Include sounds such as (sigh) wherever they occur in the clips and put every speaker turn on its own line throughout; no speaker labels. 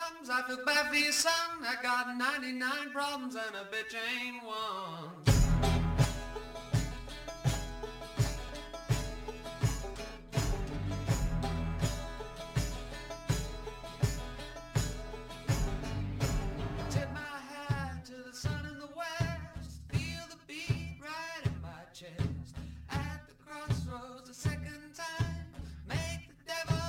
thumbs. I feel bad for your son. I got 99 problems and a bitch ain't one. Tip my hat to the sun in the west. Feel the beat right in my chest. At the crossroads a second time. Make the devil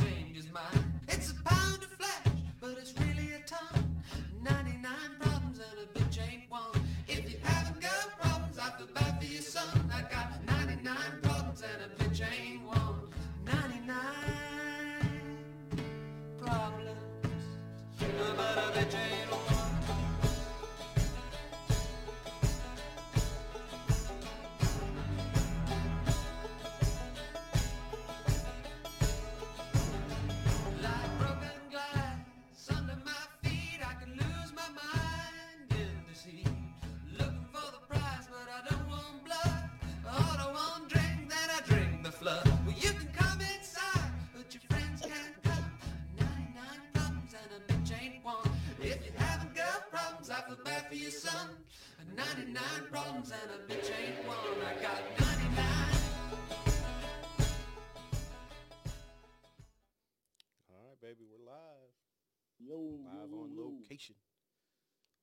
change his mind. It's a pound of flesh, but it's really a ton. 99 problems and a bitch ain't one. If you haven't got problems, I feel bad for your son. I got 99 problems and a bitch ain't one. 99 problems. But a bitch ain't one. Like broken glass under my feet, I could lose my mind in the sea. Looking for the prize, but I don't want blood. All I want drink, then I drink the flood. Well, you can come inside, but your friends can't come. 99 problems and a bitch ain't one. If you haven't got problems, I feel bad for your son. 99 problems and a bitch ain't one. I got 99.
All right, baby, we're live.
Yo,
Live
yo,
on
yo.
location.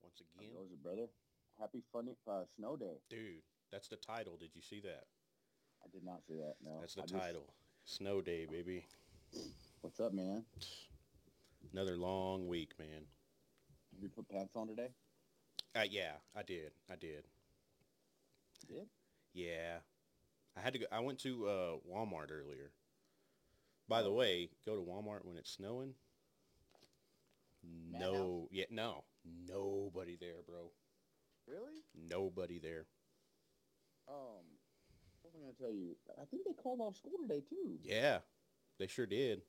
Once
How
again.
goes it, brother? Happy funny uh, snow day.
Dude, that's the title. Did you see that?
I did not see that. No,
That's the
Uh, I just-
title. Snow Day, baby.
What's up, man?
Another long week, man.
Did you put pants on today?
Uh, yeah, I did. I did.
You did?
Yeah. I had to go. I went to uh, Walmart earlier. By
Oh.
the way, go to Walmart when it's snowing.
Madhouse?
No. Yeah, no. Nobody there, bro.
Really?
Nobody there.
Um, what was I gonna tell you? I think they called off school today too.
Yeah, they sure did.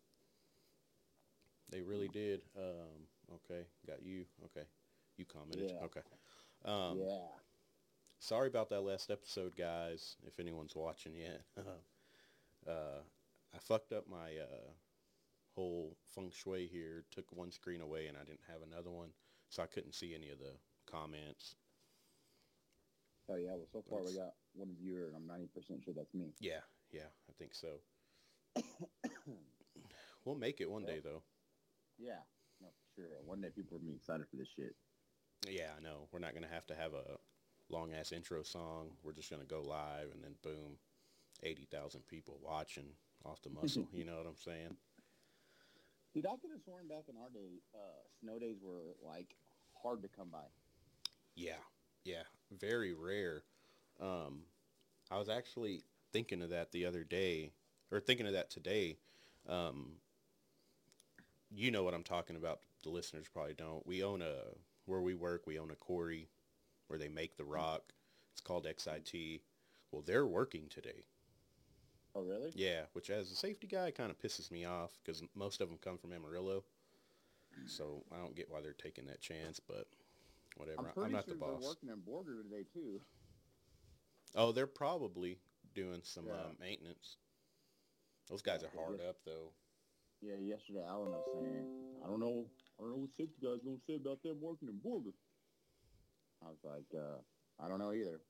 They really did. Um, okay, got you. Okay, you commented.
Yeah.
Okay. Um,
Yeah.
Sorry about that last episode, guys. If anyone's watching yet, (laughs) uh, I fucked up my uh, whole feng shui here. Took one screen away, and I didn't have another one, so I couldn't see any of the comments.
Oh yeah. Well, so far we
That's-
got one viewer, and I'm 90 percent sure that's me.
Yeah, yeah, I think so. (coughs) we'll make it one
Well,
day, though.
Yeah. No, for sure. One day people are gonna be excited for this shit.
Yeah, I know. We're not going to have to have a long ass intro song. We're just going to go live and then boom, 80,000 people watching off the muscle. you know what I'm saying?
Dude, I could have sworn back in our day, uh, snow days were like hard to come by.
Yeah. Yeah. Very rare. Um, I was actually thinking of that the other day or thinking of that today. Um, you know what I'm talking about. The listeners probably don't. We own a, where we work, we own a quarry where they make the rock. It's called XIT. Well, they're working today.
Oh really?
Yeah, which as a safety guy kind of pisses me off because most of them come from Amarillo, so I don't get why they're taking that chance. But
I'm
whatever, I- I'm,
pretty
not
sure
the
they're
boss.
working in Borger today too.
Oh, they're probably doing some
Yeah.
uh, maintenance. Those guys
Yeah,
are
they're
hard
just-
up though.
Yeah, yesterday Alan was saying, I don't know, I don't know what safety guys gonna say about them working in Borger. I was like, uh, I don't know either.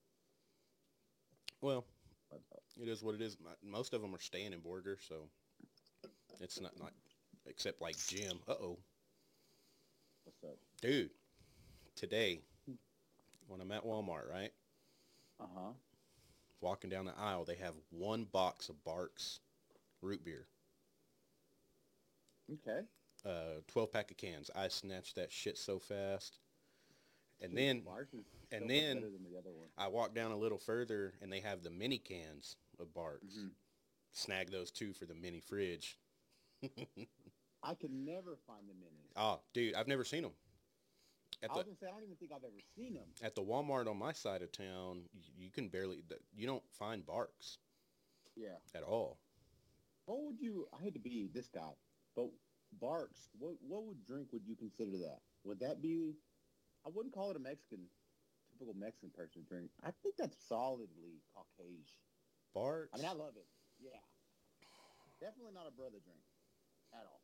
Well,
But, uh,
it is what it is. My- Most of them are staying in Borger, so it's not like except like Jim. Uh oh,
what's up?
dude. Today, when I'm at Walmart, right,
Uh huh.
walking down the aisle, they have one box of Barks root beer.
Okay.
uh, 12 pack of cans. I snatched that shit so fast. And
Dude,
then
Mars is
and
so much
then-
better than the other one.
I walked down a little further and they have the mini cans of Barks.
Mhm.
Snag those two for the mini fridge.
I could never find them in it.
Oh, dude, I've never seen them. At
I was
the,
gonna say I don't even think I've ever seen them.
at the Walmart on my side of town, y- you can barely, th- you don't find Barks
Yeah.
at all.
What would you? I hate to be this guy, but Barks. What what would drink would you consider that? Would that be? I wouldn't call it a Mexican, typical Mexican person drink. I think that's solidly Caucasian.
Barks?
I mean, I love it. Yeah. Definitely not a brother drink at all.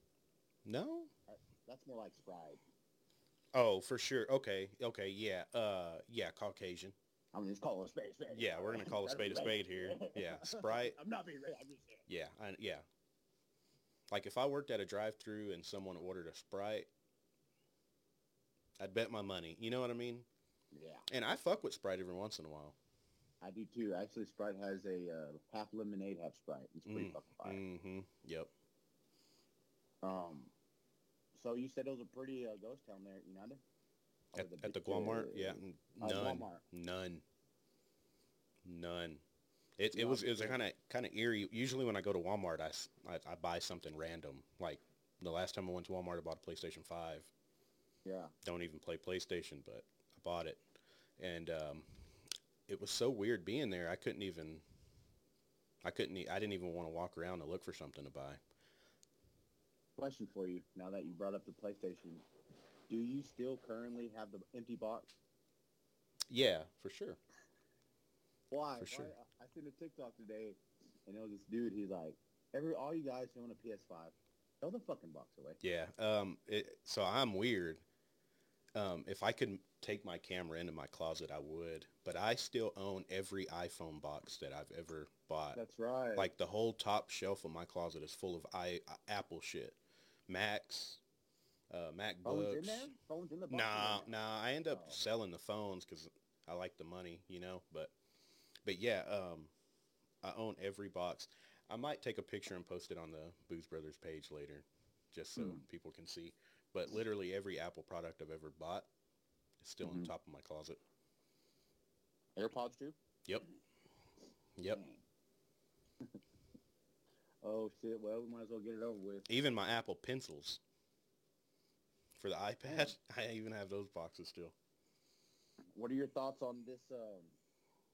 no?
That's more like Sprite.
Oh, for sure. Okay. Okay. Yeah. Uh. Yeah. Caucasian.
I'm just calling a spade a spade.
Yeah. We're gonna
(laughs)
call a spade a spade here. Yeah. Sprite.
I'm not being racist. I'm just saying.
Yeah. I, yeah. Like if I worked at a drive-through and someone ordered a Sprite, I'd bet my money. You know what I mean?
Yeah,
And I fuck with Sprite every once in a while.
I do too. Actually, Sprite has a uh, half lemonade, half Sprite. It's pretty
Mm,
fucking fire.
Mm-hmm. Yep.
Um, so you said it was a pretty uh, ghost town there at United? Or
At, at the Walmart. Yeah. n-
Uh,
None.
Walmart.
None. None. It, it
None.
was it was kind of kind of eerie. Usually when I go to Walmart, I, s- I- I buy something random. Like the last time I went to Walmart, I bought a PlayStation Five.
Yeah.
Don't even play PlayStation, but I bought it, and um, it was so weird being there. I couldn't even. I couldn't. e- I didn't even want to walk around and look for something to buy.
Question for you. Now that you brought up the PlayStation, do you still currently have the empty box?
Yeah, for sure.
Why?
For
Why-
sure.
I, I seen a TikTok today, and it was this dude. He's like, every all you guys who own a PS5, throw the fucking box away.
Yeah. Um. It, so I'm weird. Um. If I could take my camera into my closet, I would. But I still own every iPhone box that I've ever bought.
That's right.
Uh, Like the whole top shelf of my closet is full of i Apple shit, Macs, uh,
phones in
MacBooks.
there? Phones in the box?
Nah, nah. I end up
Oh.
selling the phones because I like the money, you know. But, but yeah, um, I own every box. I might take a picture and post it on the Booze Brothers page later, just so
Hmm.
people can see. But literally every Apple product I've ever bought is still on
Mhm.
top of my closet.
AirPods too.
Yep. Yep.
Dang. (laughs) oh shit! Well, we might as well get it over with.
Even my Apple pencils for the iPad. (laughs) I even have those boxes still.
What are your thoughts on this um,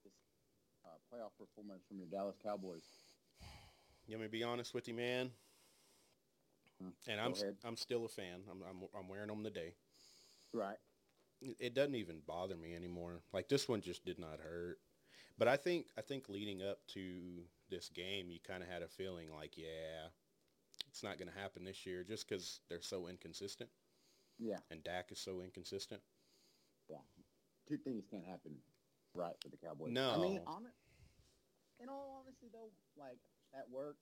this uh, playoff performance from your Dallas Cowboys?
You want me to be honest with you, man?
Hmm,
And
go
I'm s-
ahead.
I'm still a fan. I'm I'm, I'm wearing them today.
Right.
it- it doesn't even bother me anymore. Like this one just did not hurt. But I think I think leading up to this game, you kind of had a feeling like, yeah, it's not going to happen this year just because they're so inconsistent
Yeah.
and Dak is so inconsistent.
Two things can't happen. Right for the Cowboys. I
No.
mean, on, in all honesty, though, like at work,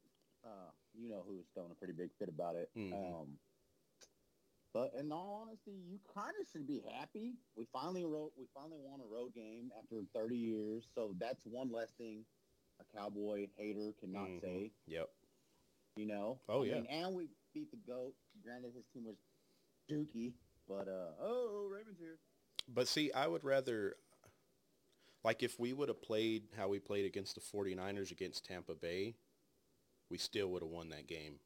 uh, you know who was throwing a pretty big fit about it.
Mhm.
Um, but in all honesty, you kind of should be happy. We finally wrote. We finally won a road game after 30 years, so that's one less thing a Cowboy hater cannot
Mhm.
say.
Yep.
You know?
Oh,
I
yeah.
mean, and we beat the GOAT. Granted, his team was dookie, but, uh, oh, Ravens here.
But see, I would rather like if we would have played how we played against the 49ers against Tampa Bay, we still would have won that game.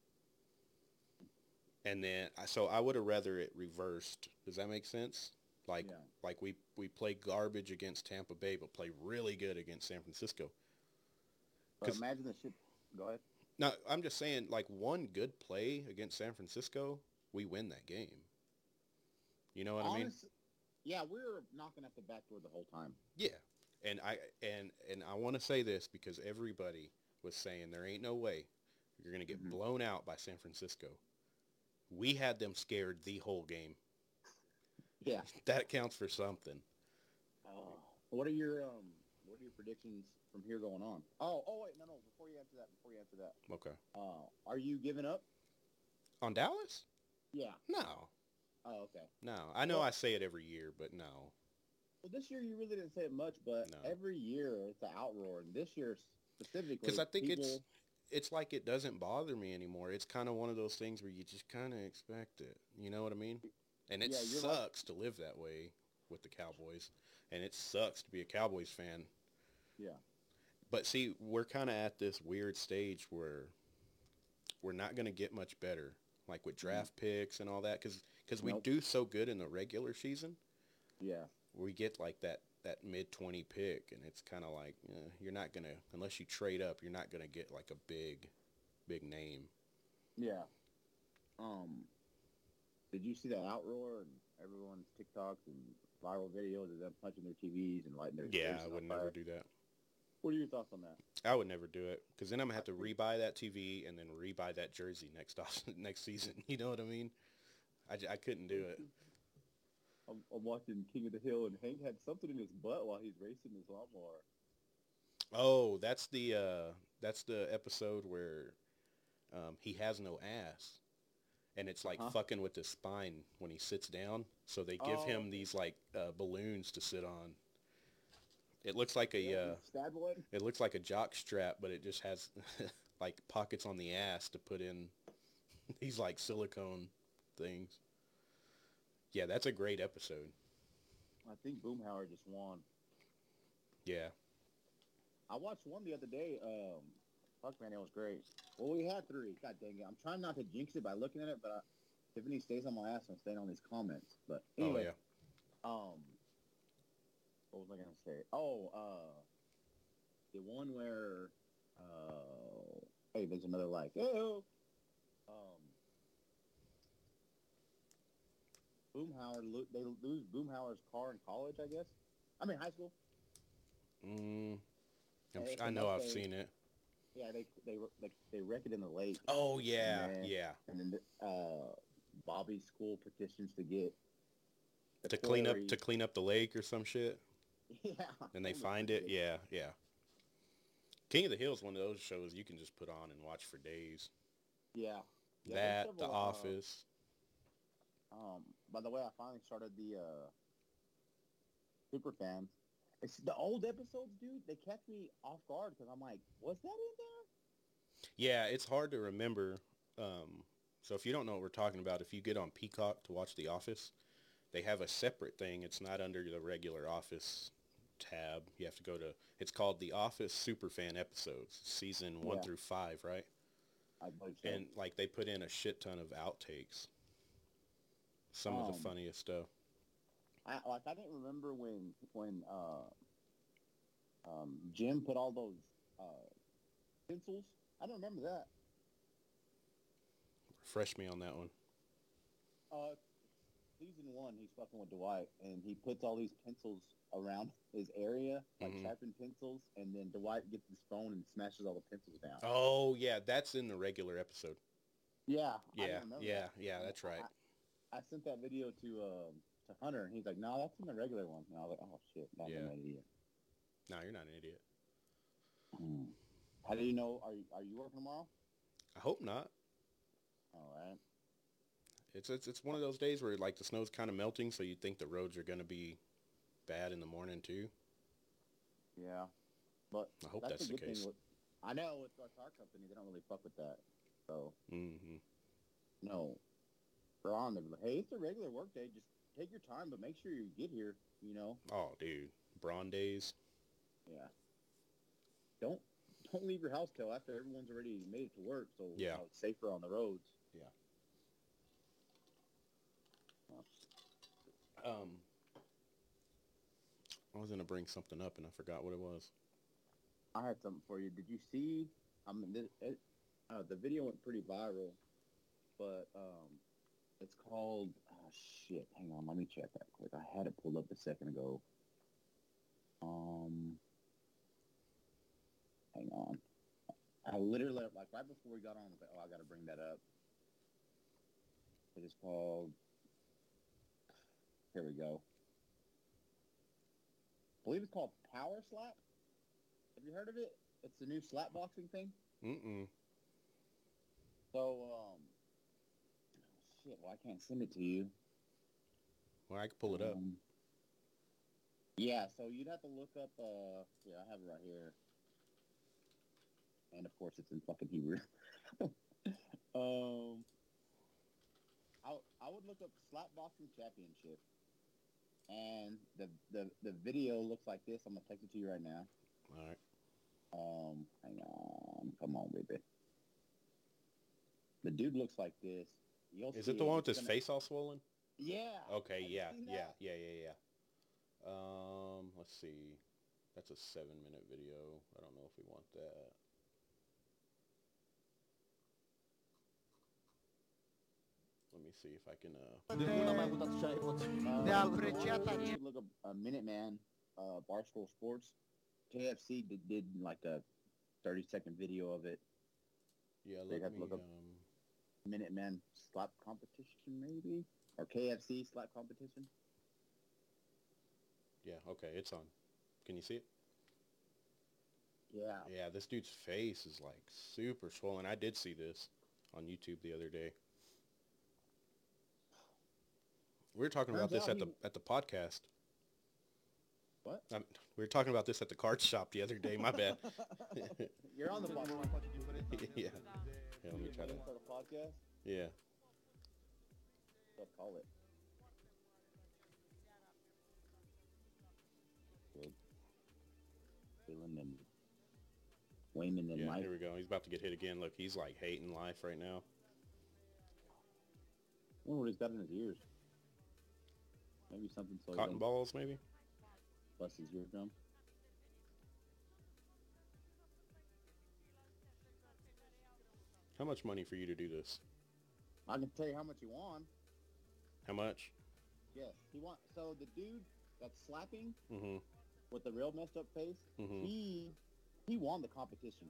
And then I- so I would have rather it reversed. Does that make sense? Like
Yeah.
like we we play garbage against Tampa Bay but play really good against San Francisco.
But
'Cause-
imagine the shit. Go ahead.
No, I'm just saying like one good play against San Francisco, we win that game. You know what I mean?
Honest- yeah, we were knocking at the back door the whole time.
Yeah, and I and and I want to say this because everybody was saying there ain't no way you're gonna get
Mhm.
blown out by San Francisco. We had them scared the whole game. (laughs)
Yeah.
That counts for something.
Oh. What are your, um, what are your predictions from here going on? Oh, oh, wait, no, no, before you answer that, before you answer that,
Okay.
uh, are you giving up?
On Dallas?
Yeah.
No,
Oh, okay.
no. I know
Well-
I say it every year, but no.
Well, this year you really didn't say it much, but
No.
every year it's an outroar, and this year specifically,
because I think it's
people-
it's like it doesn't bother me anymore. It's kind of one of those things where you just kind of expect it. You know what I mean? And it
Yeah, you're right.
sucks to live that way with the Cowboys, and it sucks to be a Cowboys fan.
Yeah.
But see, we're kind of at this weird stage where we're not going to get much better, like with draft picks and all that, because we
Mm-hmm. Nope.
do so good in the regular season.
yeah.
We get like that that mid twenty pick, and it's kind of like eh, you're not gonna unless you trade up, you're not gonna get like a big, big name.
Yeah. Um, did you see that outroar and everyone's TikToks and viral videos of them punching their TVs and lighting their
Yeah,
faces
I
on
would
fire?
never do that.
What are your thoughts on that?
I would never do it because then I'm gonna have to (laughs) rebuy that TV and then rebuy that jersey next off next season. You know what I mean? I, j- I couldn't do it.
I'm, I'm watching King of the Hill, and Hank had something in his butt while he's racing his lawnmower.
Oh, that's the uh, that's the episode where um, he has no ass, and it's like
Huh?
fucking with his spine when he sits down. So they give
Oh.
him these like uh, balloons to sit on. It looks like a uh,
Stab one.
it looks like a jock strap, but it just has (laughs) like pockets on the ass to put in (laughs) these like silicone things. Yeah, that's a great episode.
I think Boomhauer just won.
Yeah.
I watched one the other day. Um, fuck, man, it was great. Well, we had three. God dang it. I'm trying not to jinx it by looking at it, but I, Tiffany stays on my ass and I'm staying on these comments. But anyway,
Oh yeah.
um, what was I gonna say? Oh, uh, the one where, uh, hey, there's another like, oh, um, Boomhauer, lo- they lose Boomhauer's car in college, I guess. I mean, high school.
Mm, I'm
Hey,
s-
it's
I
a
know I've
must-save.
seen it.
Yeah, they they were- like they wreck it in the lake,
Oh yeah,
Man.
yeah.
and then uh, Bobby's school petitions to get the
to clean up
quarry- Oh,
to clean up the lake or some shit
(laughs) yeah,
and they
some
find it
shit.
yeah yeah king of the hill is one of those shows you can just put on and watch for days
yeah, Yeah, there's
that the
several, uh,
office
Um, by the way, I finally started the uh, super fans. It's the old episodes, dude. They catch me off guard because I'm like, was that in there?
yeah it's hard to remember um, so if you don't know what we're talking about if you get on peacock to watch the office they have a separate thing it's not under the regular office tab you have to go to it's called the office superfan episodes season one
Yeah.
through five right
I believe so.
and like they put in a shit ton of outtakes some of
Um,
the funniest stuff
I like I didn't remember when when uh, um, Jim put all those uh, pencils. I don't remember that.
refresh me on that one.
Uh, season one, he's fucking with Dwight, and he puts all these pencils around his area, like
Mhm.
trapping pencils, and then Dwight gets his phone and smashes all the pencils down.
Oh yeah, that's in the regular episode.
Yeah, I
Yeah,
didn't remember
yeah,
that.
yeah, that's right.
I sent that video to um, to Hunter, and he's like, "No, that's in the regular one." And I was like, "Oh shit, that's
Yeah.
an idiot."
No, you're not an idiot.
Hmm. How do you know? Are you, are you working tomorrow?
I hope not.
All right.
It's it's it's one of those days where like the snow's kind of melting, so you think the roads are gonna be bad in the morning too.
Yeah, but
I hope
that's,
that's,
a
the
good
case.
thing. With, I know with our car company, they don't really fuck with that. So
hmm
no, we're on there. Hey, it's a regular work day. Just take your time, but make sure you get here. You know.
Oh, dude, Braun days.
Yeah. Don't don't leave your house till after everyone's already made it to work. So you
Yeah.
know, it's safer on the roads.
Um, I was gonna bring something up and I forgot what it was.
I had something for you. Did you see? I mean, this, it, uh, the video went pretty viral, but um, it's called. Oh shit! Hang on, let me check that quick. I had it pulled up a second ago. Um, hang on. I literally like right before we got on. I was like, oh, I gotta bring that up. It is called. Here we go. I believe it's called Power Slap. Have you heard of it? It's the new slap boxing thing.
Mm-mm.
So, um, shit. Well, I can't send it to you.
Well, I could pull it up.
Um, yeah. So you'd have to look up. Uh, yeah, I have it right here. And of course, it's in fucking Hebrew. (laughs) um, I I would look up slap boxing championship, and the the the video looks like this. I'm gonna text it to you right now.
All right.
Um, hang on, come on, baby. The dude looks like this. You'll
Is
see
it the one with
It's
his
gonna-
face all swollen?
Yeah.
Okay,
Have you
yeah,
seen
yeah,
that?
yeah, yeah, yeah. Um, let's see. That's a seven minute video. I don't know if we want that. Let me see if I can uh
Oh, Um,
La brecciata
you Look up a Minute Man, uh, Barstool Sports. KFC did, did like a thirty second video of it.
yeah,
They'd
let
have
me
to look up-
um
Minutemen slap competition, maybe, or KFC slap competition.
Yeah, okay, it's on. Can you see it?
Yeah,
Yeah, this dude's face is like super swollen. I did see this on YouTube the other day. We were talking about
Turns
this
out
at the
he-
at the podcast.
what?
Um, we were talking about this at the card shop the other day. My
(laughs)
bad. (laughs)
You're on the podcast. (laughs)
yeah. Yeah, let me try to.
For the podcast,
Yeah.
I'll call it. Good. Feeling them. Wayman and
Yeah,
Mike.
here we go. He's about to get hit again. Look, he's like hating life right now.
I wonder what Oh, he's got in his ears. Maybe something so he
Cotton
don't
balls, maybe?
bust his eardrum.
How much money for you to do this?
I can tell you how much he won.
How much?
Yes, he won. So the dude that's slapping
Mm-hmm.
with the real messed up face,
Mm-hmm.
he he won the competition.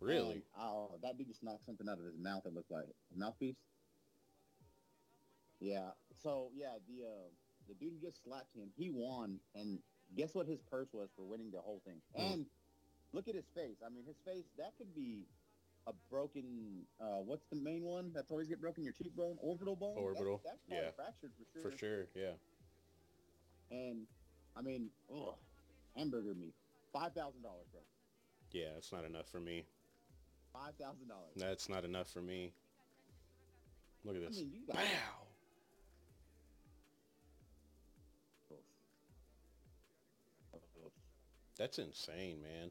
Really?
And, oh, that dude just knocked something out of his mouth. It looked like a mouthpiece. Yeah. So yeah, the uh, the dude who just slapped him. He won, and guess what his purse was for winning the whole thing?
Hmm.
And look at his face. I mean, his face that could be a broken. Uh, what's the main one that's always get broken? Your cheekbone, orbital bone. That's-
Orbital,
That's, probably
yeah.
fractured for sure.
For sure, yeah.
And I mean, ugh, hamburger meat, five thousand dollars, bro.
Yeah, it's not enough for me.
Five thousand dollars.
That's not enough for me. Look at
I
this.
mean, you got.
Wow. That's insane, man.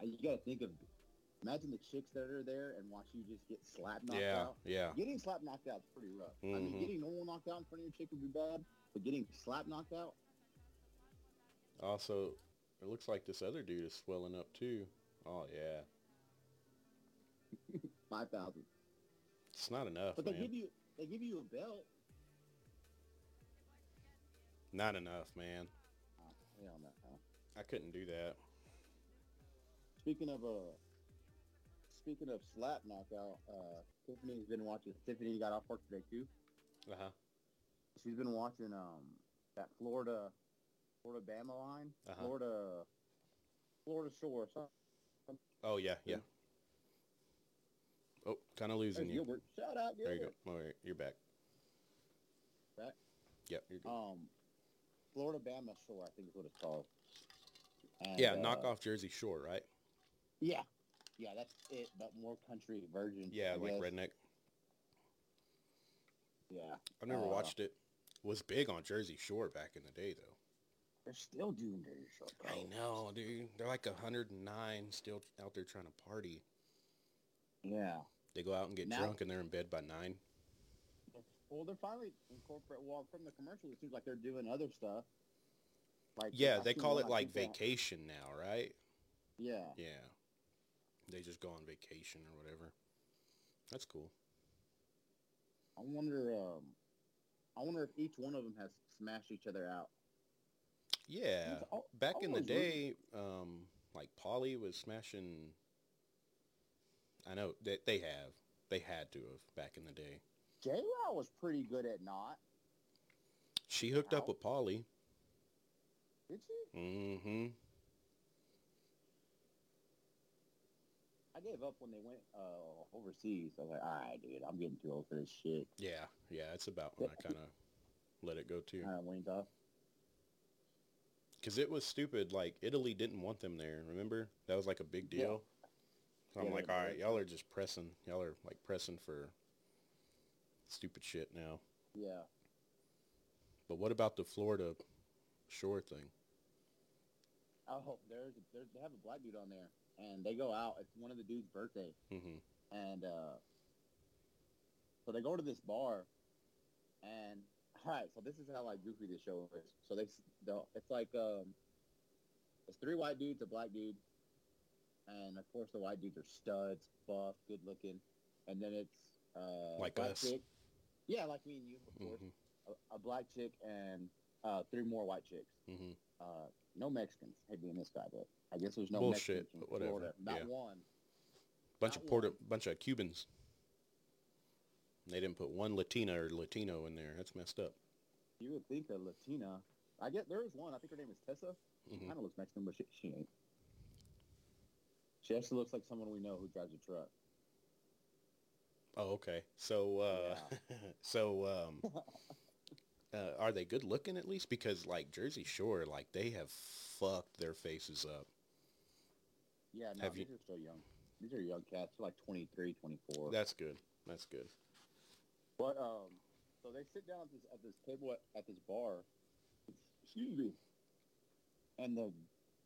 Uh, You gotta think of, imagine the chicks that are there and watch you just get slapped knocked
yeah,
out.
yeah.
Getting slapped knocked out is pretty rough. I mean,
Mhm.
getting normal knocked out in front of your chick would be bad, but getting slapped knocked out,
Also, it looks like this other dude is swelling up too. Oh yeah,
five thousand.
it's not enough,
But they
man.
give you, they give you a belt.
Not enough, man.
Oh, hell no.
I couldn't do that.
Speaking of uh, speaking of slap knockout, uh, Tiffany's been watching. Tiffany got off work today too.
Uh huh.
She's been watching um that Florida, Florida Bama line,
Uh-huh.
Florida, Florida Shore. Something.
Oh yeah, yeah. Oh, kind of
Hey,
losing you.
Gilbert, shout out Gilbert.
There you go. All right, you're back.
Back?
Yep, you're good.
Um, Florida Bama Shore, I think is what it's called. And,
yeah,
uh,
knock off Jersey Shore, right?
Yeah, yeah, that's it. But more country version.
Yeah,
I
like
guess.
redneck.
Yeah,
I've never
Uh,
watched it. Was big on Jersey Shore back in the day though.
they're still doing dirty short.
I know, dude. They're like 109 still out there trying to party.
Yeah.
They go out and get
Now-
drunk and they're in bed by 9.
Well, they're finally incorporate. Well, from the commercial, it seems like they're doing other stuff. Like
Yeah,
I've
they
seen
call
one,
it
I
like
think they-
vacation now, right?
Yeah,
Yeah. They just go on vacation or whatever. That's cool.
I wonder. Um, I wonder if each one of them has smashed each other out.
Yeah.
It's al-
Back in the
always
day, um, like Polly was smashing. I know that they have. They had to have back in the day.
J. Law was pretty good at not.
She hooked up
Ow.
with Polly.
Did she?
Mm-hmm.
I gave up when they went uh, overseas. I was like, all right, dude, I'm getting too old for this shit.
Yeah. Yeah. It's about when I kind of let it go too.
Kind of waned off.
because it was stupid. Like Italy didn't want them there. Remember that was like a big
Yeah.
deal. So I'm
Yeah,
like,
they
all right,
did.
y'all are just pressing. Y'all are like pressing for stupid shit now.
Yeah.
But what about the Florida shore thing?
Oh, there's, there's they have a black dude on there, and they go out. It's one of the dude's birthday,
hmm
and uh, so they go to this bar, and all right, so this is how like goofy the show is. So they, s- the it's like um, it's three white dudes, a black dude, and of course the white dudes are studs, buff, good looking, and then it's uh,
Like
black
us.
chick. yeah, like me and you, of course.
hmm
a, a black chick and uh, three more white chicks.
hmm
Uh, no Mexicans. Hate being this guy, but I guess there's no
Bullshit,
Mexicans in
but whatever.
Florida. Not
Yeah.
one.
Bunch
Not
of Puerto, bunch of Cubans. They didn't put one Latina or Latino in there. That's messed up.
You would think a Latina. I get there is one. I think her name is Tessa.
Mhm.
Kind of looks Mexican, but she, she ain't. She actually looks like someone we know who drives a truck.
Oh, okay. So, uh, (laughs) so, um,
(laughs)
uh, are they good looking at least? Because like Jersey Shore, like they have fucked their faces up.
Yeah, no,
Have you-
these are still young. These are young cats. They're like 23, 24.
That's good. That's good.
But um, so they sit down at this at this table at, at this bar. Excuse me. And the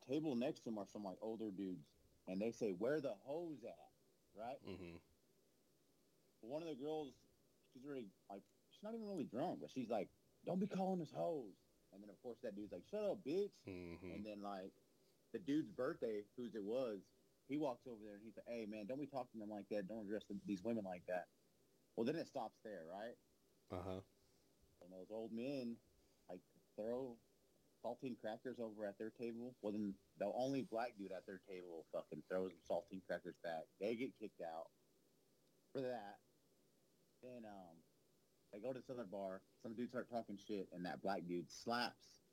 table next to them are some like older dudes, and they say, "Where the hoes at?" Right.
hmm
One of the girls, she's already like, she's not even really drunk, but she's like, "Don't be calling us hoes." And then of course that dude's like, "Shut up, bitch."
hmm
And then like the dude's birthday, whose it was, he walks over there and he's like, "Hey man, don't be talking to them like that. Don't address them, these women like that." Well, then it stops there, right? Um,
Uh huh.
And those old men, like, throw saltine crackers over at their table. Well, then the only black dude at their table fucking throws them saltine crackers back. They get kicked out for that. Then um, they go to this other bar. Some dude start talking shit, and that black dude slaps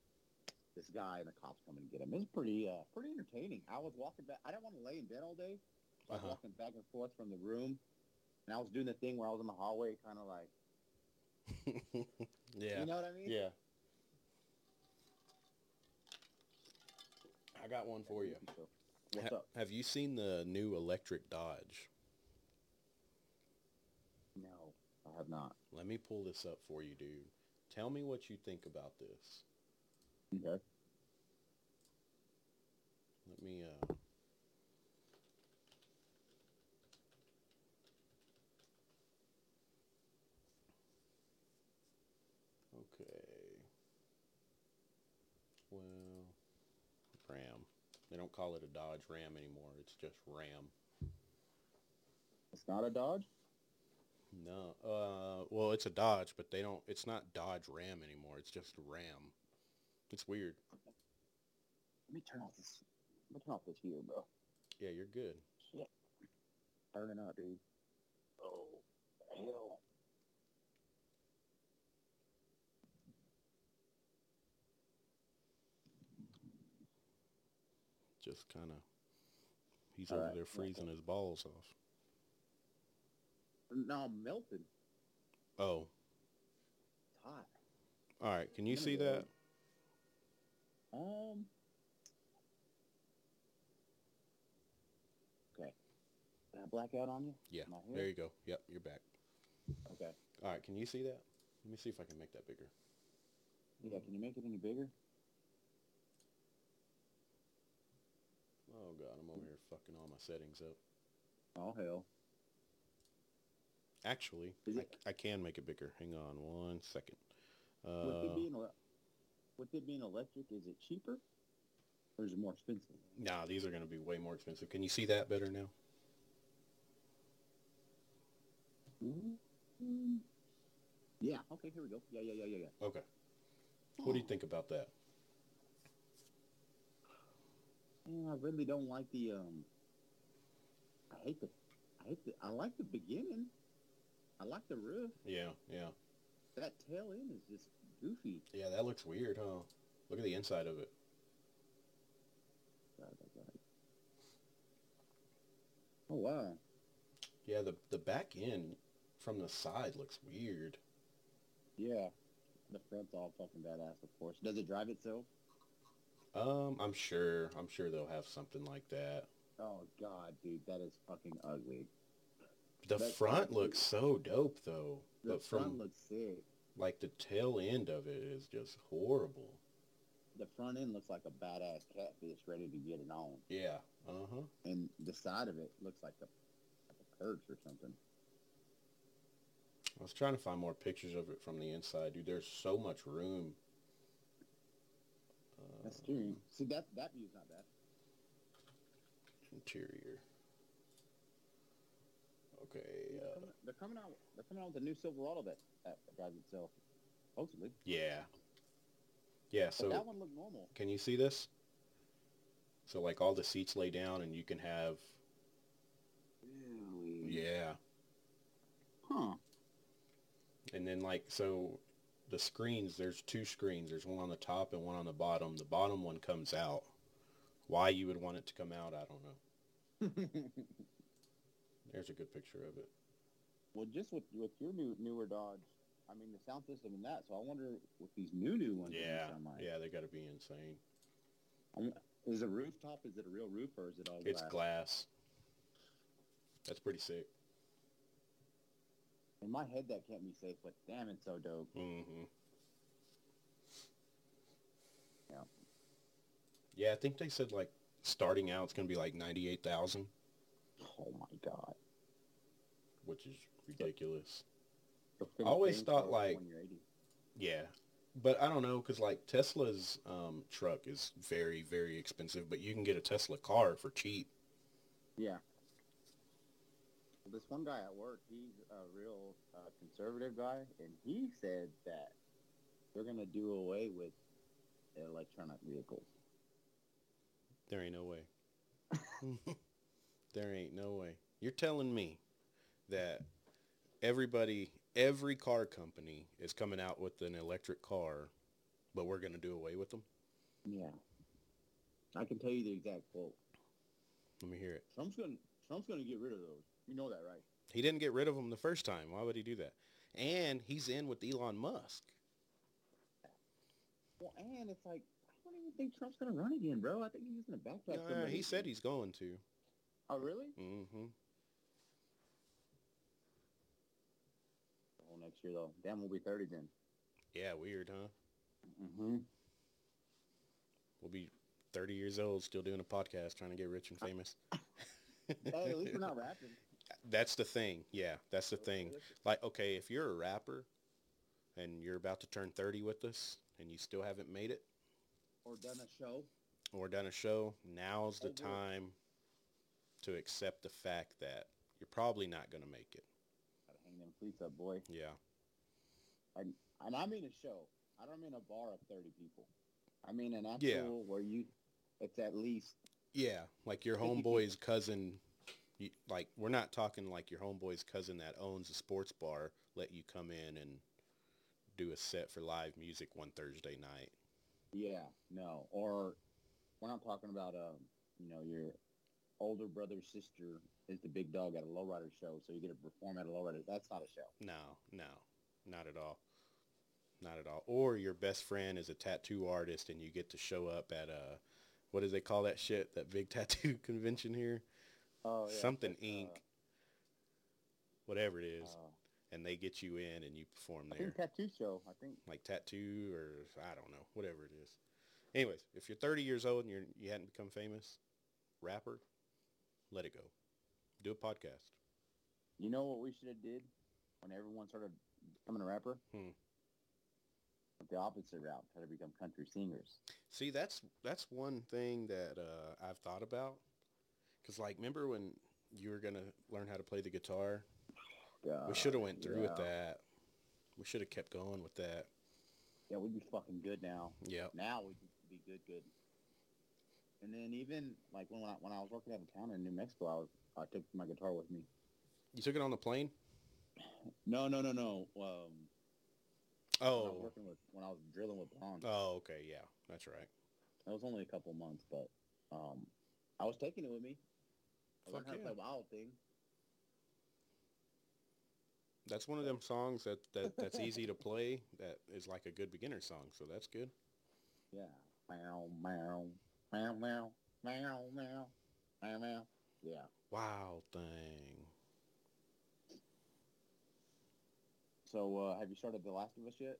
this guy, and the cops come and get him. It's pretty, uh, pretty entertaining. I was walking back. I didn't want to lay in bed all day. So I was
Uh-huh.
walking back and forth from the room, and I was doing the thing where I was in the hallway, kind of like,
Uh-huh. (laughs) Yeah.
you know what I mean?
Yeah. I got one for you.
What's
Ha-
up?
Have you seen the new electric Dodge?
No, I have not.
Let me pull this up for you, dude. Tell me what you think about this.
Okay.
Let me uh Okay. Well, Ram. They don't call it a Dodge Ram anymore. It's just Ram.
It's not a Dodge?
No. Uh well, it's a Dodge, but they don't it's not Dodge Ram anymore. It's just Ram. It's weird.
Let me turn off this. Let me turn off this here, bro.
Yeah, you're good.
Shit. Turn it up, dude. Oh, hell.
Just kind of He's
All
over
right,
there
yeah,
freezing his balls off.
No, I'm melted.
Oh.
It's hot.
All right, can you
Kinda
see
good.
that?
Um. Okay. Did I black out on you?
Yeah.
Am I here?
There you go. Yep, you're back.
Okay.
All right, can you see that? Let me see if I can make that bigger.
Yeah, can you make it any bigger?
Oh god, I'm over here fucking all my settings up.
Oh, hell.
Actually,
Is
I,
it-
I can make it bigger. Hang on one second.
with, it
Uh,
being, ele- with it being electric, is it cheaper? Or is it more expensive?
Uh, nah, these are going to be way more expensive. Can you see that better now?
Mm-hmm. Yeah. Okay. Here we go. Yeah. Yeah. Yeah. Yeah. Yeah.
Okay. What do
Oh.
you think about that?
Yeah, I really don't like the. Um, I hate the. I hate the. I like the beginning. I like the roof.
Yeah, yeah.
That tail end is just goofy.
Yeah, that looks weird, huh? Look at the inside of it.
God, God, God. Oh wow.
Yeah, the the back end from the side looks weird.
Yeah. The front's all fucking badass, of course. Does it drive itself?
Um, I'm sure. I'm sure they'll have something like that.
Oh god, dude, that is fucking ugly.
The
That's
front
awesome.
looks so dope though.
The
but
front
from
looks sick.
like the tail end of it is just horrible.
The front end looks like a badass catfish ready to get it on.
Yeah. Uh-huh.
and the side of it looks like a, like a curse or something.
I was trying to find more pictures of it from the inside. Dude, there's so much room. Uh,
That's true. See that that view's not bad.
Interior. Okay.
They're
Uh,
coming- They're coming out. They're coming out with a new Silverado that that drives itself, supposedly.
yeah. Yeah,
but that
so
one looked normal.
can you see this? So like all the seats lay down and you can have
Really?
yeah. (laughs)
Huh.
And then like so the screens, there's two screens. There's one on the top and one on the bottom. The bottom one comes out. Why you would want it to come out, I don't know. There's a good picture of it.
well, just with with your new newer Dodge, I mean the sound system and that. So I wonder what these new new ones are gonna
Yeah.
sound like.
Yeah, they got to be insane.
Is the rooftop? Is it a real roof or is it all
It's
glass?
glass. That's pretty sick.
In my head, that can't be safe, but damn, it's so dope.
Mm-hmm.
Yeah.
Yeah, I think they said like starting out it's gonna be like ninety eight thousand,
Oh my god!
which is ridiculous.
The film
always
came
thought,
for
like-
180.
Yeah, but I don't know because like Tesla's um, truck is very very expensive, but you can get a Tesla car for cheap.
Yeah. Well, This one guy at work, he's a real uh, conservative guy, and he said that they're gonna do away with electronic vehicles.
There ain't no (laughs) way. there ain't no way. You're telling me that everybody, every car company is coming out with an electric car, but we're going to do away with them?
Yeah. I can tell you the exact quote.
Let me hear it.
Trump's gonna Trump's gonna get rid of those. You know that, right?
He didn't get rid of them the first time. Why would he do that? And he's in with Elon Musk.
Well, and it's like I don't even think Trump's gonna run again, bro. I think he's gonna backtrack.
Nah,
somebody.
he said he's going to.
Oh, really?
hmm
Oh, next year though. Damn, we'll be thirty then.
Yeah, weird, huh?
Mm-hmm.
We'll be 30 years old still doing a podcast trying to get rich and famous.
Hey, at least we're not rapping.
(laughs) That's the thing. Yeah, that's the thing. like okay if you're a rapper and you're about to turn 30 with us and you still haven't made it
Or done a show.
or done a show now's the
Oh, yeah.
time to accept the fact that you're probably not going to make it
Gotta hang them fleets up, boy.
yeah
And I mean a show. I don't mean a bar of 30 people. I mean an actual
Yeah.
where you, it's at least,
yeah like your homeboy's cousin you, like we're not talking like your homeboy's cousin that owns a sports bar let you come in and do a set for live music one thursday night
yeah, no. Or we're not talking about, um, you know, your older brother's sister is the big dog at a lowrider show, so you get to perform at a lowrider. That's not a show.
No, no, not at all. Not at all. Or your best friend is a tattoo artist and you get to show up at a, what do they call that shit? That big (laughs) tattoo convention here?
Oh,
Something
that's, uh,
Inc. Whatever it is.
uh,
and they get you in and you perform
I
there.
think tattoo show. I think
like tattoo or I don't know, whatever it is. Anyways, if you're 30 years old and you're, you hadn't become famous, rapper, let it go. Do a podcast.
You know what we should have did when everyone started becoming a rapper?
Hmm.
Went The opposite route, try to become country singers.
See, that's that's one thing that uh, I've thought about. Cause like, remember when you were gonna learn how to play the guitar?
God.
we should have went through with
Uh, yeah.
that. We should have kept going with that.
Yeah, we'd be fucking good now.
Yep.
Now we'd be good, good. And then even like when I, when I was working out of town in New Mexico, I was I took my guitar with me.
You took it on the plane?
No, no, no, no. Um, when I was
Oh.
working with when I was drilling with Bond.
Oh, okay. Yeah, that's right.
It was only a couple months, but um, I was taking it with me. I
Fuck
learned how to
yeah.
play Wild Thing.
That's one of them songs that, that that's easy to play. That is like a good beginner song. So that's good.
Yeah. Meow, meow, meow, meow, meow, meow, meow, meow. Yeah.
Wow thing.
So, uh, have you started The Last of Us yet?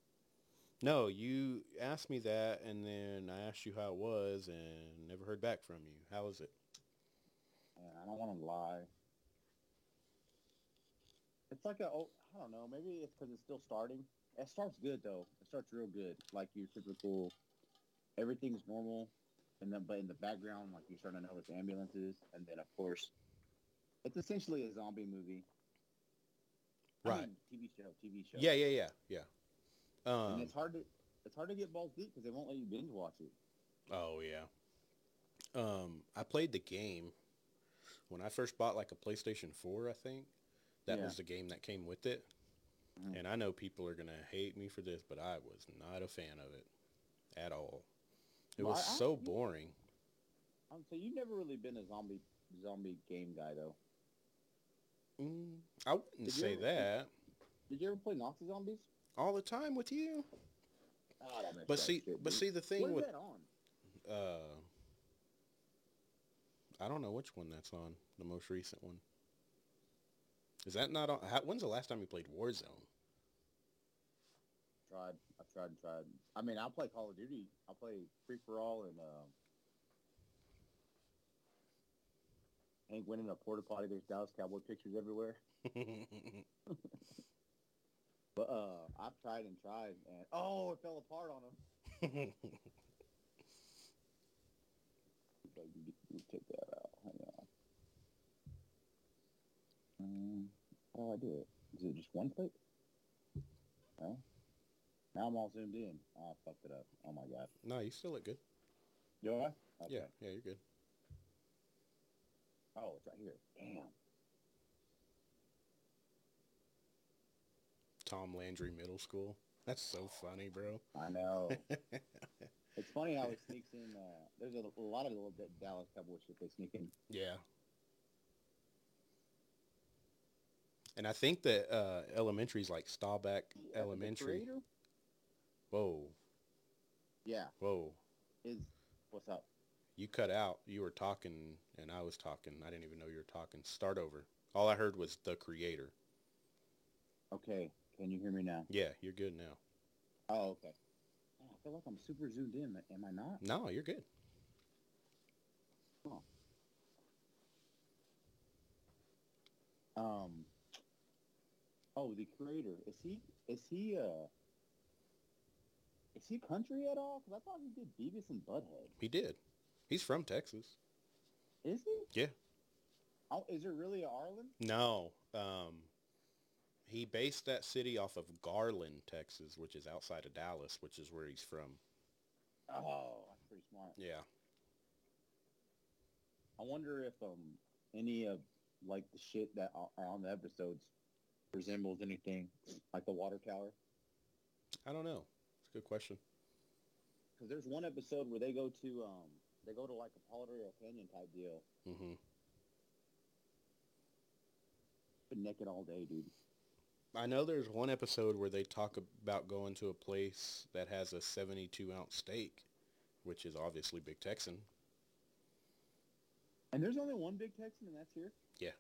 No, you asked me that, and then I asked you how it was, and never heard back from you. How is it?
Man, I don't want to lie. It's like a, oh, I don't know, maybe it's because it's still starting. It starts good, though. It starts real good. Like your typical, everything's normal. And then, but in the background, like you're starting to notice ambulances. And then, of course, it's essentially a zombie movie. I
Right.
mean, TV show, TV show.
Yeah, yeah, yeah, yeah.
and
Um,
it's hard to it's hard to get balls deep because they won't let you binge watch it.
oh yeah. Um, I played the game when I first bought like a PlayStation Four. I think that
Yeah.
was the game that came with it,
Mhm.
And I know people are gonna hate me for this, but I was not a fan of it at all. It
Well,
was
I- I-
so boring.
Um, so you've never really been a zombie zombie game guy though.
Mm, I wouldn't
Did you
say
ever-
that
Did you ever play Nazi Zombies?
all the time with you.
Oh, that makes
But
sense,
see,
shit,
but
dude.
see, the
what
thing
is
with
that on?
uh, I don't know which one that's on the most recent one. Is that not on? How, when's the last time you played Warzone? (laughs)
Tried. I've tried and tried. I mean, I play Call of Duty. I play Free for All and uh, Hank went in a porta potty. There's Dallas Cowboy pictures everywhere. But uh, I've tried and tried, and oh, it fell apart on him. Let me get- let me Take that out. Hang on. Um, how do I do it? Is it just one click? No. Now I'm all zoomed in. Oh, I fucked it up. Oh my god.
no, you still look good.
You all right? Okay.
Yeah, yeah, you're good.
Oh, it's right here. Damn.
Tom Landry Middle School. That's so funny, bro. (laughs)
I know. it's funny how it sneaks in. Uh, there's a, a lot of little bit Dallas Cowboy shit they sneak in.
Yeah. And I think that uh, elementary's like Staubach
That's the
Elementary.
creator?
Whoa,
Yeah.
whoa.
Is what's up?
You cut out. You were talking, and I was talking. I didn't even know you were talking. Start over. All I heard was the creator.
Okay. Can you hear me now?
Yeah, you're good now.
Oh, okay. Man, I feel like I'm super zoomed in. Am I not?
No, you're good.
Um. Oh, the creator is he? Is he? Uh. Is he country at all? Because I thought he did Beavis and Butthead.
He did. He's from Texas.
Is he?
Yeah.
Oh, is there really a Arlen?
No. Um, he based that city off of Garland, Texas, which is outside of Dallas, which is where he's from.
Oh, that's pretty smart.
Yeah.
I wonder if um any of like the shit that are are on the episodes resembles anything like the water tower.
I don't know. It's a good question.
Because there's one episode where they go to um they go to like a Polidoro Canyon type deal,
hmm
been naked all day, dude.
I know there's one episode where they talk about going to a place that has a 72 ounce steak, which is obviously Big Texan.
And there's only one Big Texan, and that's here.
Yeah.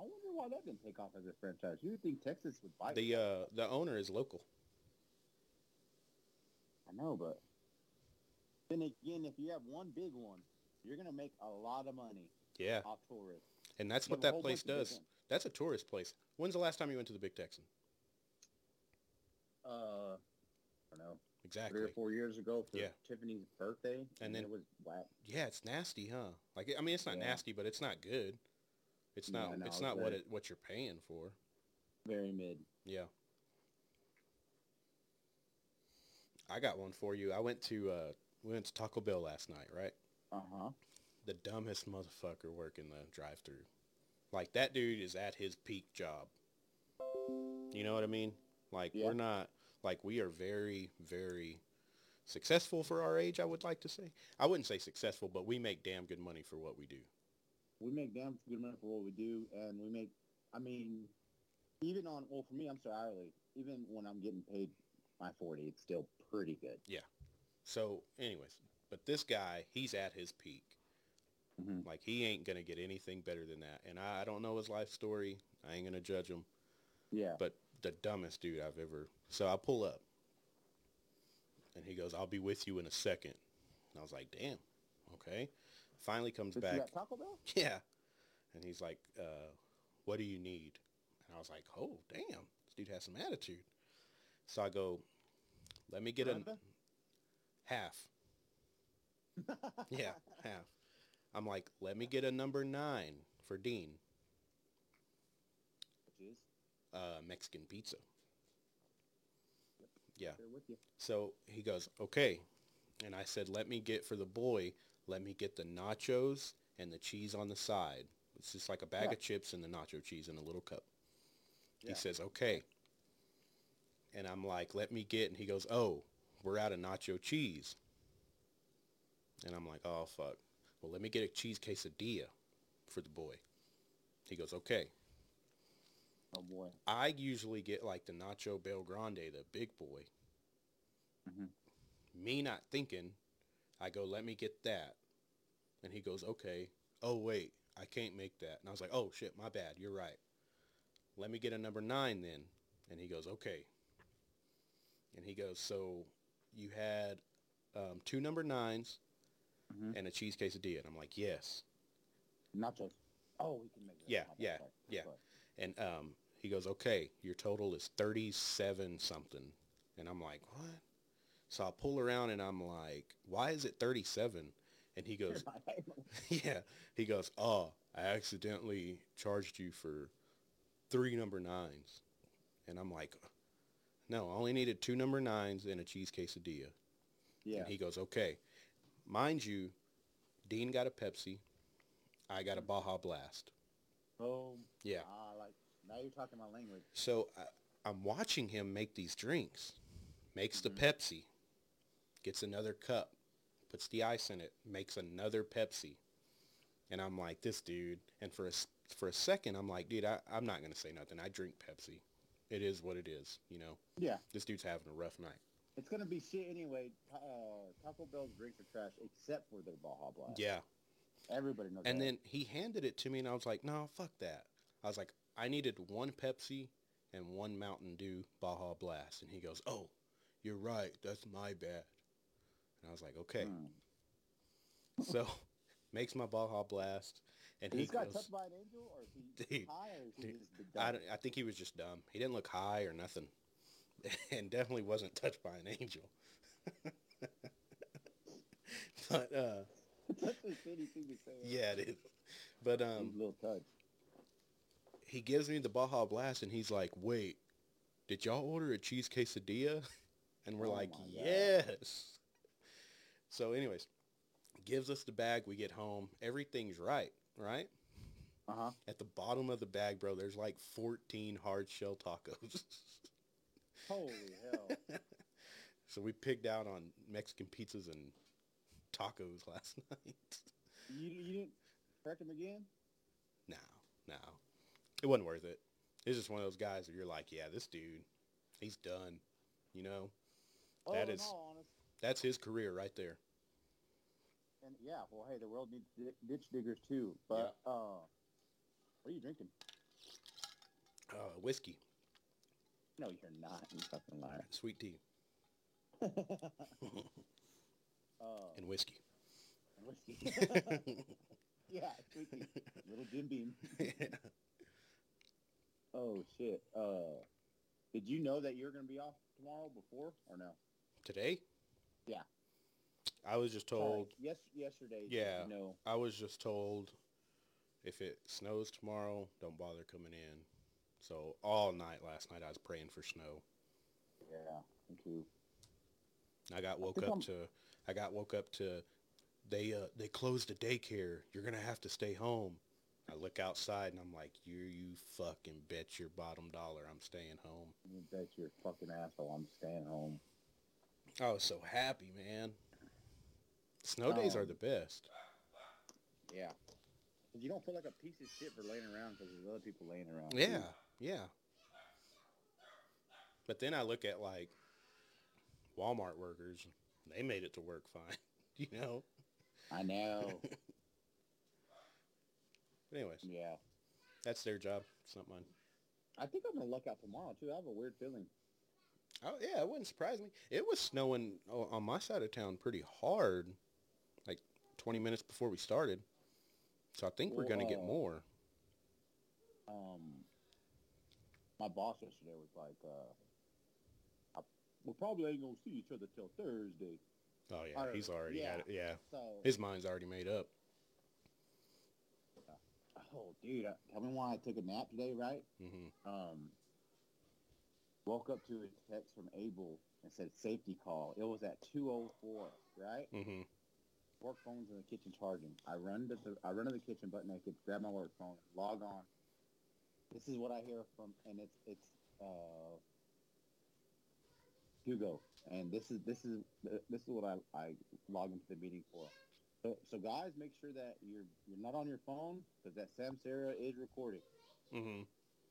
I wonder why that didn't take off as a franchise. You would think Texas would buy it.
The uh, the owner is local.
I know, but then again, if you have one big one, you're gonna make a lot of money
Yeah,
off tourists.
and that's
You
what
have a
that
whole
place
bunch of big
does.
ones.
That's a tourist place. When's the last time you went to the Big Texan?
Uh, I don't know, three
Exactly.
or four years ago for
Yeah.
Tiffany's birthday,
And then-
it was whack.
Yeah, it's nasty, huh? Like, I mean, it's not
Yeah.
nasty, but it's not good. It's
Yeah,
not.
no,
it's
it's
not what
bad.
it, what you're paying for.
very mid.
Yeah. I got one for you. I went to uh, we went to Taco Bell last night, right?
Uh huh.
the dumbest motherfucker working the drive through. Like that dude is at his peak job. You know what I mean? Like
Yeah.
we're not like we are very very successful for our age, I would like to say. I wouldn't say successful, but we make damn good money for what we do.
We make damn good money for what we do, and we make. I mean, even on well for me, I'm so hourly. Even when I'm getting paid my forty, it's still pretty good.
So, anyways, but this guy, he's at his peak.
Mhm.
Like he ain't going to get anything better than that. And I, I don't know his life story. I ain't going to judge him.
Yeah.
but the dumbest dude I've ever. So I pull up, and he goes, "I'll be with you in a second. And I was like, "Damn, okay." Finally comes
But you
back, (laughs)
got Taco Bell?
yeah, and he's like, uh, "What do you need?" And I was like, "Oh, damn, this dude has some attitude." So I go, "Let me get a
Rhonda?
half." Yeah, half. I'm like, "Let me get a number nine for Dean,
Which is
uh, Mexican pizza."
they're with you.
So he goes, okay. And I said, let me get for the boy, let me get the nachos and the cheese on the side. It's just like a bag
Yeah.
of chips and the nacho cheese in a little cup.
Yeah.
He says, okay. and I'm like, let me get, and he goes, oh, we're out of nacho cheese. And I'm like, oh, fuck. Well, let me get a cheese quesadilla for the boy. He goes, okay.
Oh boy.
I usually get like the Nacho Bel Grande, the big boy.
Mhm.
Me not thinking, I go, let me get that. And he goes, okay. Oh, wait, I can't make that. And I was like, oh, shit, my bad. You're right. Let me get a number nine then. And he goes, okay. And he goes, so you had um, two number 9s
Mhm.
and a cheese quesadilla. And I'm like, yes.
Nachos. Oh, we can make that.
Yeah,
My bad,
yeah,
sorry.
yeah.
Sorry.
And um, he goes, okay, your total is 37 something. And I'm like, what? So I pull around and I'm like, why is it 37? And he goes, (laughs) yeah. He goes, oh, I accidentally charged you for three number nines. And I'm like, no, I only needed two number nines and a cheese quesadilla.
(laughs) yeah.
And he goes, okay. Mind you, Dean got a Pepsi. I got a Baja Blast.
Boom.
Yeah.
Ah, like now you're talking my language.
So I, I'm watching him make these drinks. Makes the
Mhm.
Pepsi. Gets another cup. Puts the ice in it. Makes another Pepsi. And I'm like, this dude. And for a, s- for a second, I'm like, dude, I, I'm not going to say nothing. I drink Pepsi. It is what it is, you know.
Yeah.
This dude's having a rough night.
It's gonna be shit anyway. Ta- Uh, Taco Bell's drinks are trash except for their Baja Blast.
Yeah.
Everybody knows.
And
that.
then he handed it to me, and I was like, no, fuck that. I was like, I needed one Pepsi and one Mountain Dew Baja Blast. And he goes, oh, you're right. That's my bad. And I was like, okay.
Hmm.
So (laughs) makes my Baja Blast. And he
He's got
goes,
(laughs) touched by an angel, or is he
(laughs) Dude,
high, or is he
dude,
just
I,
dumb?
don't- I think he was just dumb. He didn't look high or nothing. (laughs) And definitely wasn't touched by an angel. (laughs) but, uh,
(laughs) That's a shitty thing to say.
yeah, it is. But,
He's
um,
a little touch.
he gives me the Baja Blast and he's like, wait, did y'all order a cheese quesadilla? (laughs) And we're
Oh
like,
my God.
yes. So anyways, gives us the bag. We get home. Everything's right, right?
Uh huh.
At the bottom of the bag, bro, there's like 14 hard shell tacos. (laughs)
Holy hell!
so we pigged out on Mexican pizzas and tacos (laughs) last night.
You, you didn't correct him again?
no, no. It wasn't worth it. It's just one of those guys that you're like, yeah, this dude, he's done, you know?
Oh,
That
in
is-
all honest,
That's his career right there.
and yeah. Well, hey, the world needs di- ditch diggers too. But uh, what are you drinking?
Uh, whiskey,
No, you're not. You fucking liar.
(laughs) sweet tea,
Uh,
and whiskey.
and whiskey. (laughs) yeah, sweet tea. Little Jim Beam. Oh shit. Uh, did you know that you're gonna be off tomorrow before or no?
Today?
Yeah.
I was just told.
Sorry, yes, yesterday.
Yeah.
No.
I was just told if it snows tomorrow, don't bother coming in. So all night last night I was praying for snow.
Yeah. Me too.
I got woke
think
up
I'm-
to. I got woke up to. They uh they closed the daycare. You're gonna have to stay home. I look outside and I'm like, you you fucking bet your bottom dollar I'm staying home.
You bet you're a fucking asshole. I'm staying home.
I was so happy, man. Snow days are
Um,
the best.
Yeah. 'Cause you don't feel like a piece of shit for laying around because there's other people laying around. too.
Yeah, yeah. But then I look at like Walmart workers; they made it to work fine, (laughs) you know. (laughs)
I know.
But anyways,
yeah.
that's their job. It's not mine.
I think I'm gonna luck out tomorrow too. I have a weird feeling.
Oh yeah, it wouldn't surprise me. It was snowing o- on my side of town pretty hard, like 20 minutes before we started. So I think we're gonna get
Wow.
more.
Um, my boss yesterday was like, uh, I, "We probably ain't gonna see each other till Thursday."
Oh yeah,
Or-
he's already
yeah.
had it. Yeah,
So
his mind's already made up.
Oh, dude, I, tell me why I took a nap today, right?
hmm
Um, woke up to a text from Abel and said safety call. It was at 204, right?
hmm
Work phone's in the kitchen charging. I run to the I run to the kitchen butt naked, grab my work phone, log on. This is what I hear from, and it's it's uh, Hugo, and this is this is this is what I, I log into the meeting for. So, so guys, make sure that you're you're not on your phone because that Samsara is recording.
Mm-hmm.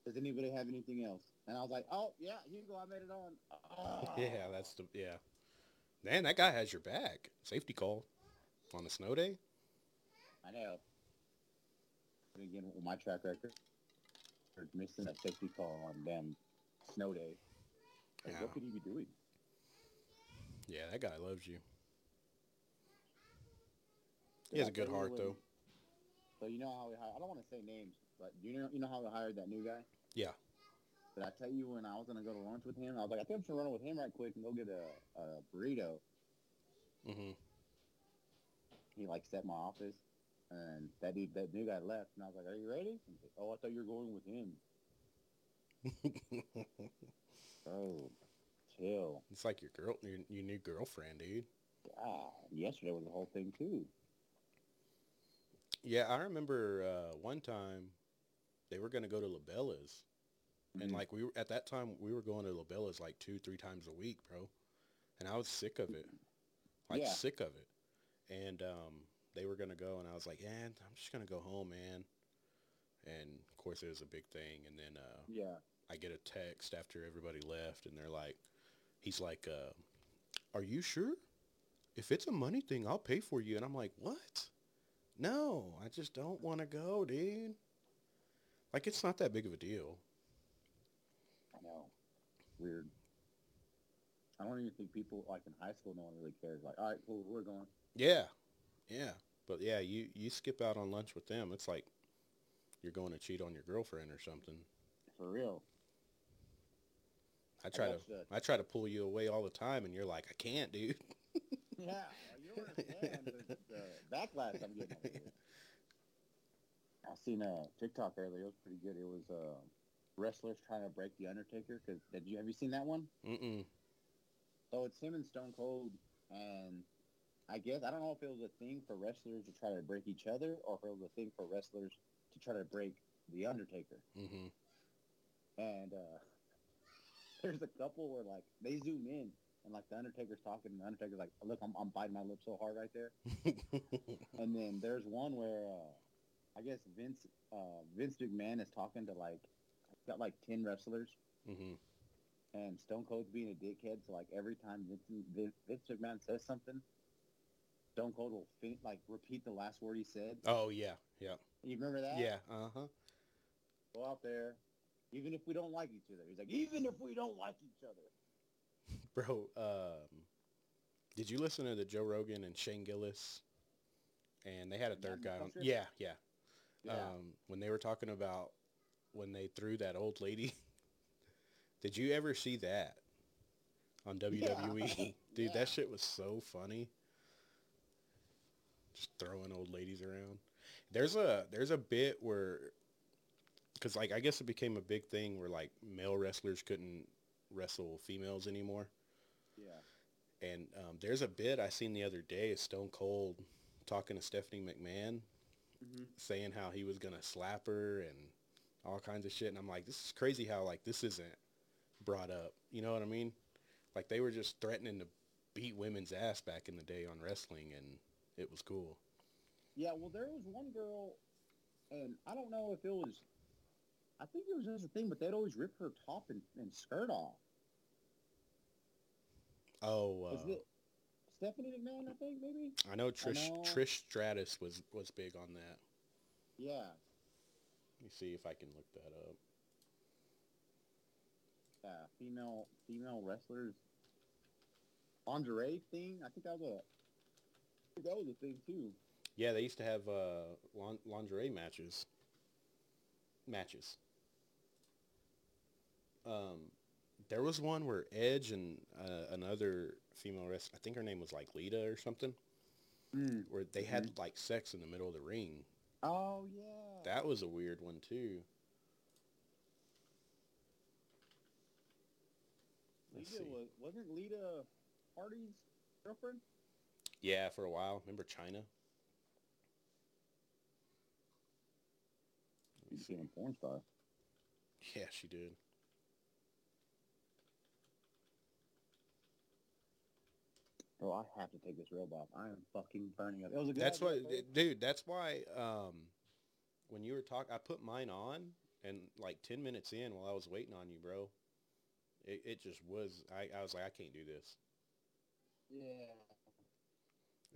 Does anybody have anything else? And I was like, oh yeah, Hugo, I made it on. Ah.
Yeah, that's the yeah. Man, that guy has your back. Safety call on a snow day.
I know. And Again, with my track record, for missing that safety call on damn snow day. Like,
Yeah.
What could he be doing?
Yeah, that guy loves you. He has a good heart, though.
So you know how we hired. I don't want to say names, but you know you know how we hired that new guy.
Yeah.
But I tell you, when I was gonna go to lunch with him, I was like, I think I'm just gonna run with him right quick and go get a, a burrito.
Mm-hmm.
He like set my office, and that dude, that new guy left, and I was like, Are you ready? He's like, oh, I thought you were going with him. (laughs) Bro, chill.
It's like your girl, your, your new girlfriend, dude.
God, yesterday was the whole thing too.
Yeah, I remember uh, one time they were gonna go to Labella's, and like we were at that time we were going to Labella's like two, three times a week, bro. And I was sick of it, like
Yeah.
sick of it. And um, they were gonna go, and I was like, "Yeah, I'm just gonna go home, man." And of course, it was a big thing. And then uh,
yeah,
I get a text after everybody left, and they're like, he's like, uh, are you sure? If it's a money thing, I'll pay for you. And I'm like, what? No, I just don't want to go, dude. Like, it's not that big of a deal.
I know. Weird. I don't even think people like in high school. No one really cares. Like, all right, cool, we're going.
Yeah, yeah. But yeah, you, you skip out on lunch with them. It's like you're going to cheat on your girlfriend or something.
For real.
I try to,
watched, uh,
I try to pull you away all the time, and you're like, I can't, dude. (laughs)
Yeah, well, you don't understand the, the backlash I'm getting. Over here. I seen a TikTok earlier. It was pretty good. It was uh, wrestlers trying to break the Undertaker. Cause did you have you seen that one?
Mm-mm.
So it's him and Stone Cold, and I guess I don't know if it was a thing for wrestlers to try to break each other, or if it was a thing for wrestlers to try to break the Undertaker.
Mm-hmm. (laughs)
And uh, (laughs) there's a couple where like they zoom in, and like the Undertaker's talking, and the Undertaker's like, "Look, I'm, I'm biting my lip so hard right there." And then there's one where uh, I guess Vince uh, Vince McMahon is talking to like got like ten wrestlers,
mm-hmm.
and Stone Cold's being a dickhead. So like every time Vince, Vince, Vince McMahon says something, Stone Cold will fin- like repeat the last word he said.
Oh yeah, yeah,
You remember that?
yeah. Uh huh.
Go out there, even if we don't like each other. He's like, even if we don't like each other.
Bro, um, did you listen to the Joe Rogan and Shane Gillis? And they had a
The
third
Madness
guy on.
Culture?
Yeah, yeah.
Yeah.
Um, when they were talking about when they threw that old lady. (laughs) did you ever see that on WWE?
(laughs)
Dude,
Yeah.
that shit was so funny. Just throwing old ladies around. There's a there's a bit where, because like I guess it became a big thing where like male wrestlers couldn't wrestle females anymore.
yeah.
And um, there's a bit I seen the other day, Stone Cold talking to Stephanie McMahon,
hmm
saying how he was gonna slap her and all kinds of shit. And I'm like, this is crazy how like this isn't brought up. You know what I mean? Like they were just threatening to beat women's ass back in the day on wrestling, and it was cool.
Yeah, well, there was one girl, and I don't know if it was, I think it was just a thing, but they'd always rip her top and, and skirt off.
Oh,
Was
uh,
it Stephanie McMahon, I think, maybe?
I know Trish
know.
Trish Stratus was was big on that.
Yeah,
Let me see if I can look that up.
yeah, female female wrestlers. Lingerie thing, I think that was a, I think that was a thing too.
Yeah, they used to have uh, lin- lingerie matches. Matches. Um, there was one where Edge and uh, another female wrestler, I think her name was like Lita or something, where they had like sex in the middle of the ring.
Mm-hmm. Oh yeah.
That was a weird one too. Let's
Lita
see.
was wasn't Lita Hardy's girlfriend?
Yeah, for a while. Remember China? Let me
She's
see.
a porn star.
Yeah, she did.
Bro, Oh, I have to take this real bomb. I am fucking burning up. It was a good
That's
idea,
why,
bro.
dude. That's why um, when you were talking, I put mine on, and like ten minutes in, while I was waiting on you, bro, it, it just was. I, I was like, I can't do this,
Yeah.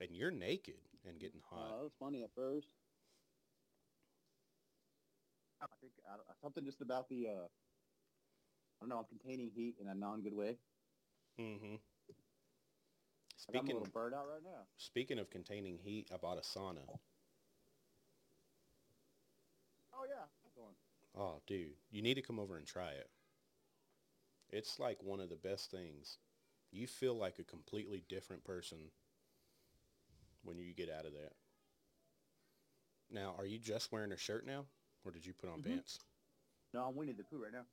and you're naked and getting
Uh,
hot.
it was funny at first. I think I, don't- something just about the, uh, I don't know, I'm containing heat in a non-good way.
mm-hmm.
Like, Uh-huh. I'm a
Speaking
little burned out right now.
speaking of containing heat, I bought a sauna.
Oh, yeah. I'm going.
Oh, dude, you need to come over and try it. It's like one of the best things. You feel like a completely different person when you get out of that. Now, are you just wearing a shirt now, or did you put on
Mhm.
pants?
No, I'm Winnie the Pooh right now.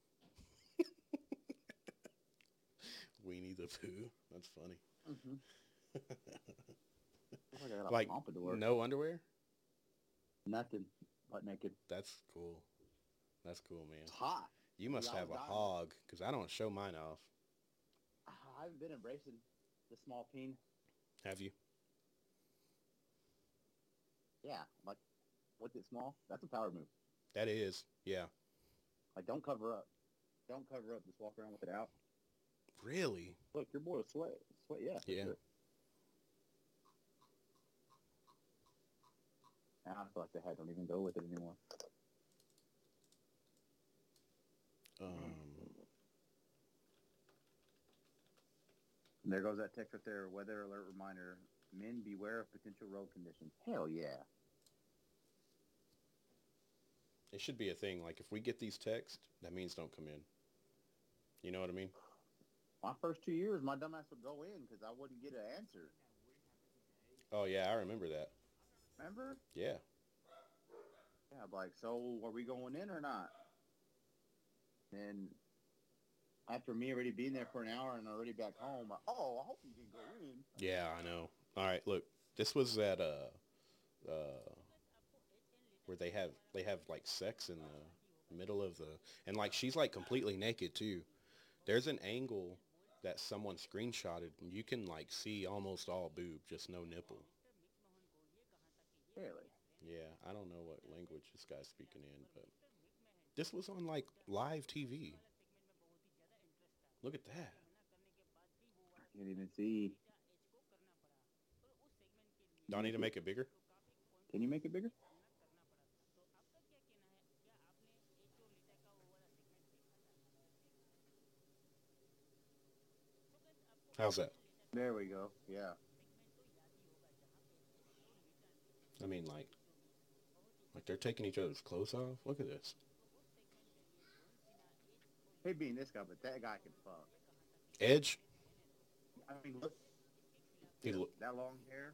Weenie the Pooh. (laughs) That's funny.
Mm-hmm. (laughs) I got a
Like,
pompadour.
No underwear.
Nothing. Butt naked.
That's cool. That's cool, man.
It's hot.
You must
I
have a
was dying.
hog, because I don't show mine off.
I haven't been embracing the small peen.
Have you?
Yeah, like with it small, that's a power move.
That is. Yeah.
Like, don't cover up. Don't cover up. Just walk around with it out.
Really?
Look, your boy will sweat. Sweat, yeah. for
Yeah.
sure. And I feel like the head don't even go with it anymore.
Um,
And there goes that text right there. Weather alert reminder. Men beware of potential road conditions. Hell yeah.
It should be a thing. Like if we get these texts, that means don't come in. You know what I mean?
My first two years, my dumbass would go in because I wouldn't get an answer.
Oh yeah, I remember that.
Remember?
Yeah.
Yeah, I'm like, so are we going in or not? And after me already being there for an hour and already back home, I- oh, I hope you didn't go in.
Yeah, I know. All right, look. This was at uh uh where they have they have like sex in the middle of the and like she's like completely naked too. There's an angle that someone screenshotted and you can like see almost all boob, just no nipple.
Really?
Yeah, I don't know what language this guy's speaking in, but this was on like live TV. Look at that.
I can't even see.
Do I need to make it bigger?
Can you make it bigger?
How's that?
There we go. Yeah.
I mean, like, like they're taking each other's clothes off. Look at this.
Hate being this guy, but that guy can fuck.
Edge.
I mean, look.
He lo-
that long hair.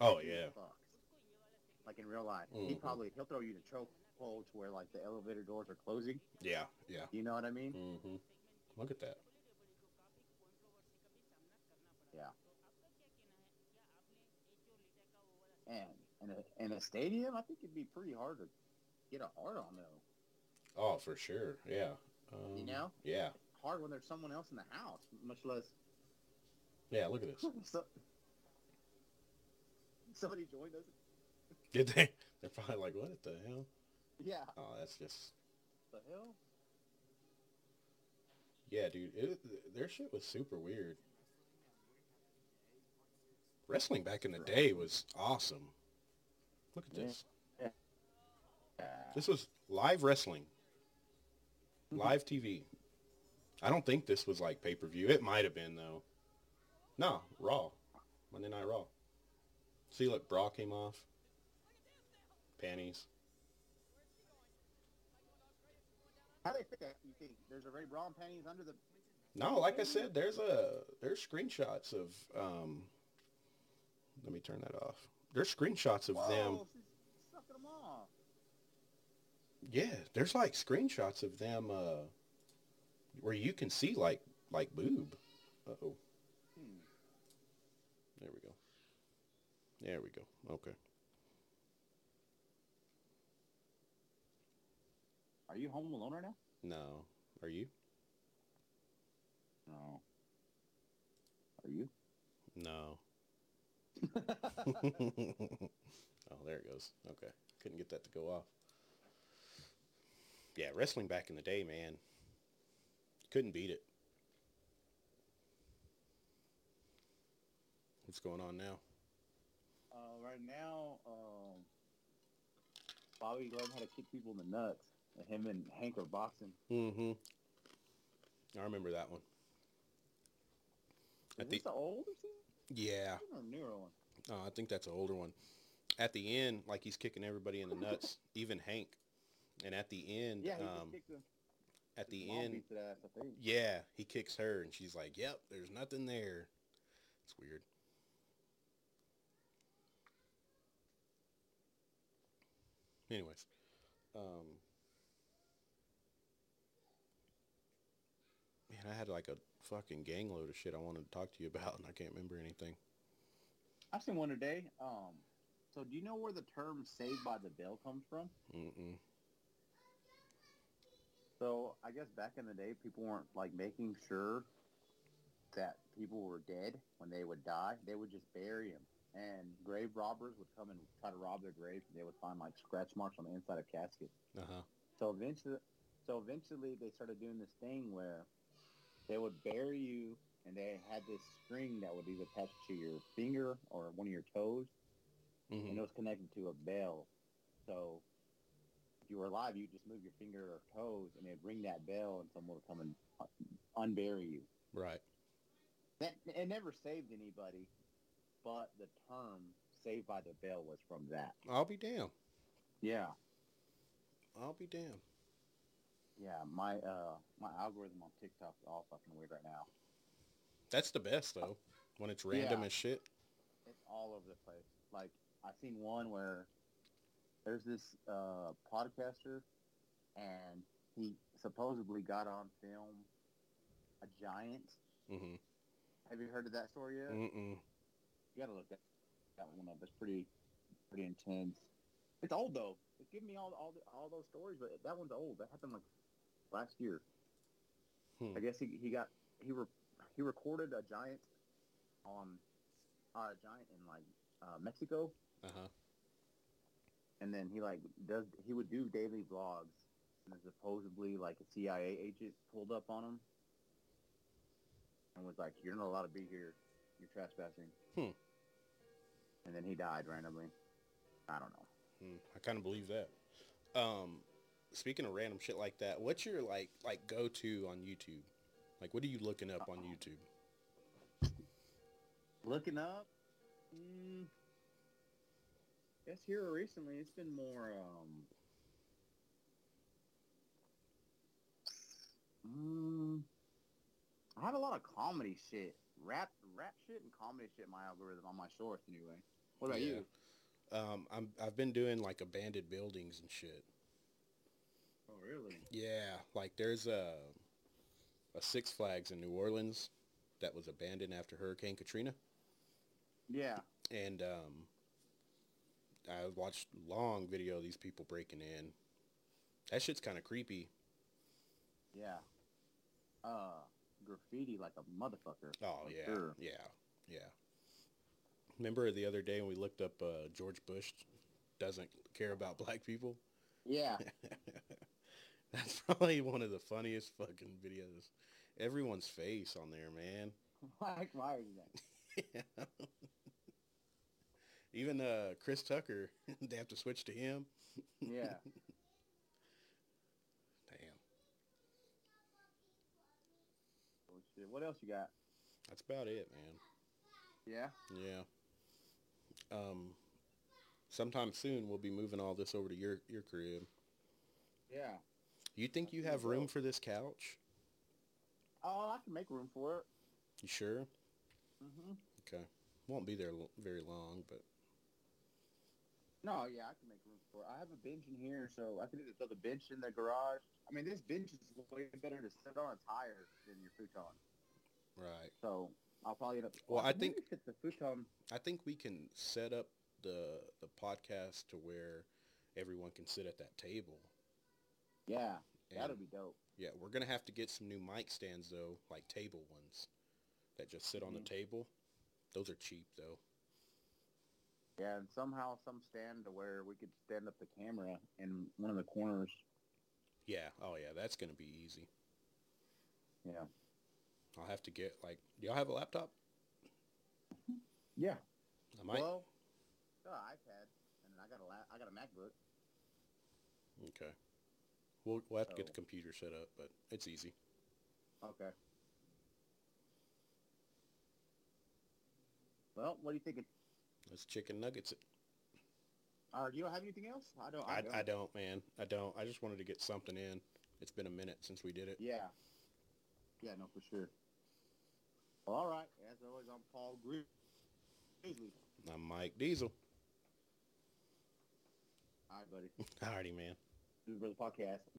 oh
he
yeah.
fucks. Like in real life, he
Mhm.
probably he'll throw you to choke hold to where like the elevator doors are closing.
Yeah. Yeah.
You know what I mean?
hmm Look at that. Mm-hmm.
And in a, in a stadium, I think it'd be pretty hard to get a hard on though.
Oh, for sure. Yeah. Um,
You know?
Yeah.
hard when there's someone else in the house, much less (laughs)
Yeah. Look at this. (laughs)
so, somebody joined us.
Did they? They're probably like, what the hell?
Yeah,
Oh, that's just.
the hell.
Yeah, dude. It, their shit was super weird. Wrestling back in the day was awesome. Look at
Yeah.
this. This was live wrestling.
Mhm.
Live TV. I don't think this was like pay per view. It might have been though. No, Raw. Monday Night Raw. See, look, bra came off. Panties.
How they fit that? You think there's already bra and panties under the?
No, like I said, there's a there's screenshots of um. Let me turn that off. There's screenshots of
Whoa,
them.
she's sucking them off.
Yeah, there's like screenshots of them uh, where you can see like like boob. Uh oh.
Hmm.
There we go. There we go. Okay.
Are you home alone right now?
No. Are you?
No. Are you?
No. (laughs)
Uh,
oh, there it goes. Okay. Couldn't get that to go off. Yeah, wrestling back in the day, man. Couldn't beat it. What's going on now?
Uh, right now, um, Bobby learned how to kick people in the nuts. And him and Hank are boxing.
Mm-hmm. I remember that one.
Is
At
this
the
the older season
yeah,
or a newer one?
oh, I think that's an older one. At the end, like he's kicking everybody in the nuts, even Hank. And at the end,
Yeah, he
um,
just kicked him.
at the end,
Beats that ass, I think.
Yeah, he kicks her, and she's like, "Yep, there's nothing there." It's weird. Anyways, um, man, I had like a fucking gang load of shit I wanted to talk to you about, and I can't remember anything.
I seen one today. Um, so do you know where the term "saved by the bell" comes from?
Mm-mm.
So I guess back in the day, people weren't like making sure that people were dead when they would die. They would just bury them, and grave robbers would come and try to rob their graves. And they would find like scratch marks on the inside of caskets.
Uh huh.
So eventually, so eventually they started doing this thing where they would bury you, and they had this string that would be attached to your finger or one of your toes, and
hmm
it was connected to a bell. So if you were alive, you just move your finger or toes, and it'd ring that bell, and someone would come and un- unbury you.
Right.
That it never saved anybody, but the term "saved by the bell" was from that.
I'll be damned.
Yeah.
I'll be damned.
Yeah, my uh, my algorithm on TikTok's all fucking weird right now.
That's the best though, when it's random
Yeah.
as shit.
it's all over the place. Like I seen one where there's this uh, podcaster, and he supposedly got on film a giant.
hmm
Have you heard of that story yet?
Mm-mm.
You gotta look that that one up. It's pretty pretty intense. It's old though. It's giving me all all the, all those stories, but that one's old. That happened like last year.
Hmm.
I guess he, he got he re, he recorded a giant on uh, a giant in like uh, Mexico.
Uh huh.
and then he like does he would do daily vlogs and supposedly like a CIA agent pulled up on him and was like you're not allowed to be here you're trespassing
Hmm.
and then he died randomly I don't know
Mm, I kind of believe that. Um, speaking of random shit like that, what's your like like go to on YouTube? Like, what are you looking up on YouTube?
looking up mm, guess here recently it's been more um mm, I had a lot of comedy shit, rap, rap shit, and comedy shit. in My algorithm on my shorts, anyway. What about
Yeah.
you?
Um, I'm I've been doing like abandoned buildings and shit.
Oh, really?
Yeah, like there's a a Six Flags in New Orleans that was abandoned after Hurricane Katrina,
Yeah.
and um, I watched long video of these people breaking in. That shit's kind of creepy.
Yeah. Uh, graffiti like a motherfucker.
Oh
for
yeah,
sure.
yeah, yeah. Remember the other day when we looked up uh, George Bush doesn't care about (laughs) black people?
Yeah. (laughs)
That's (laughs) probably one of the funniest fucking videos. Everyone's face on there, man.
like why are you that?
Even uh, Chris Tucker, (laughs) they have to switch to him.
Yeah.
Damn,
Oh, shit. What else you got?
that's about it, man.
Yeah.
Yeah. Um, sometime soon we'll be moving all this over to your your crib.
Yeah.
You think you
think
have room
so.
for this couch?
Oh, I can make room for it.
You sure?
hmm
Okay. Won't be there l- very long, but
No, yeah, I can make room for it. I have a bench in here, so I can either throw the bench in the garage. I mean, this bench is way better to sit on its higher than your futon.
right.
So I'll probably end up.
Well, I
maybe
think-
sit the futon.
I think we can set up the the podcast to where everyone can sit at that table.
Yeah,
And,
that'll be dope.
yeah, we're gonna have to get some new mic stands though, like table ones that just sit on the
Mhm.
table. Those are cheap though.
Yeah, and somehow some stand to where we could stand up the camera in one of the corners.
Yeah. Oh yeah, that's gonna be easy.
Yeah.
I'll have to get like, do y'all have a laptop?
Yeah.
I might.
Well, I got an iPad, and I got a la- I got a MacBook.
okay. We'll we'll have to get the
Oh.
computer set up, but it's easy.
Okay. Well, what do you think?
It's chicken nuggets.
Uh, do you have anything else? I don't. I,
I,
don't.
I don't, man. I don't. I just wanted to get something in. It's been a minute since we did it.
Yeah. Yeah, no, for sure. Well, all right. As always, I'm Paul Gri- Grizzly.
I'm Mike Diesel. (laughs)
All right, buddy.
Alrighty, man.
This is Brother Podcast.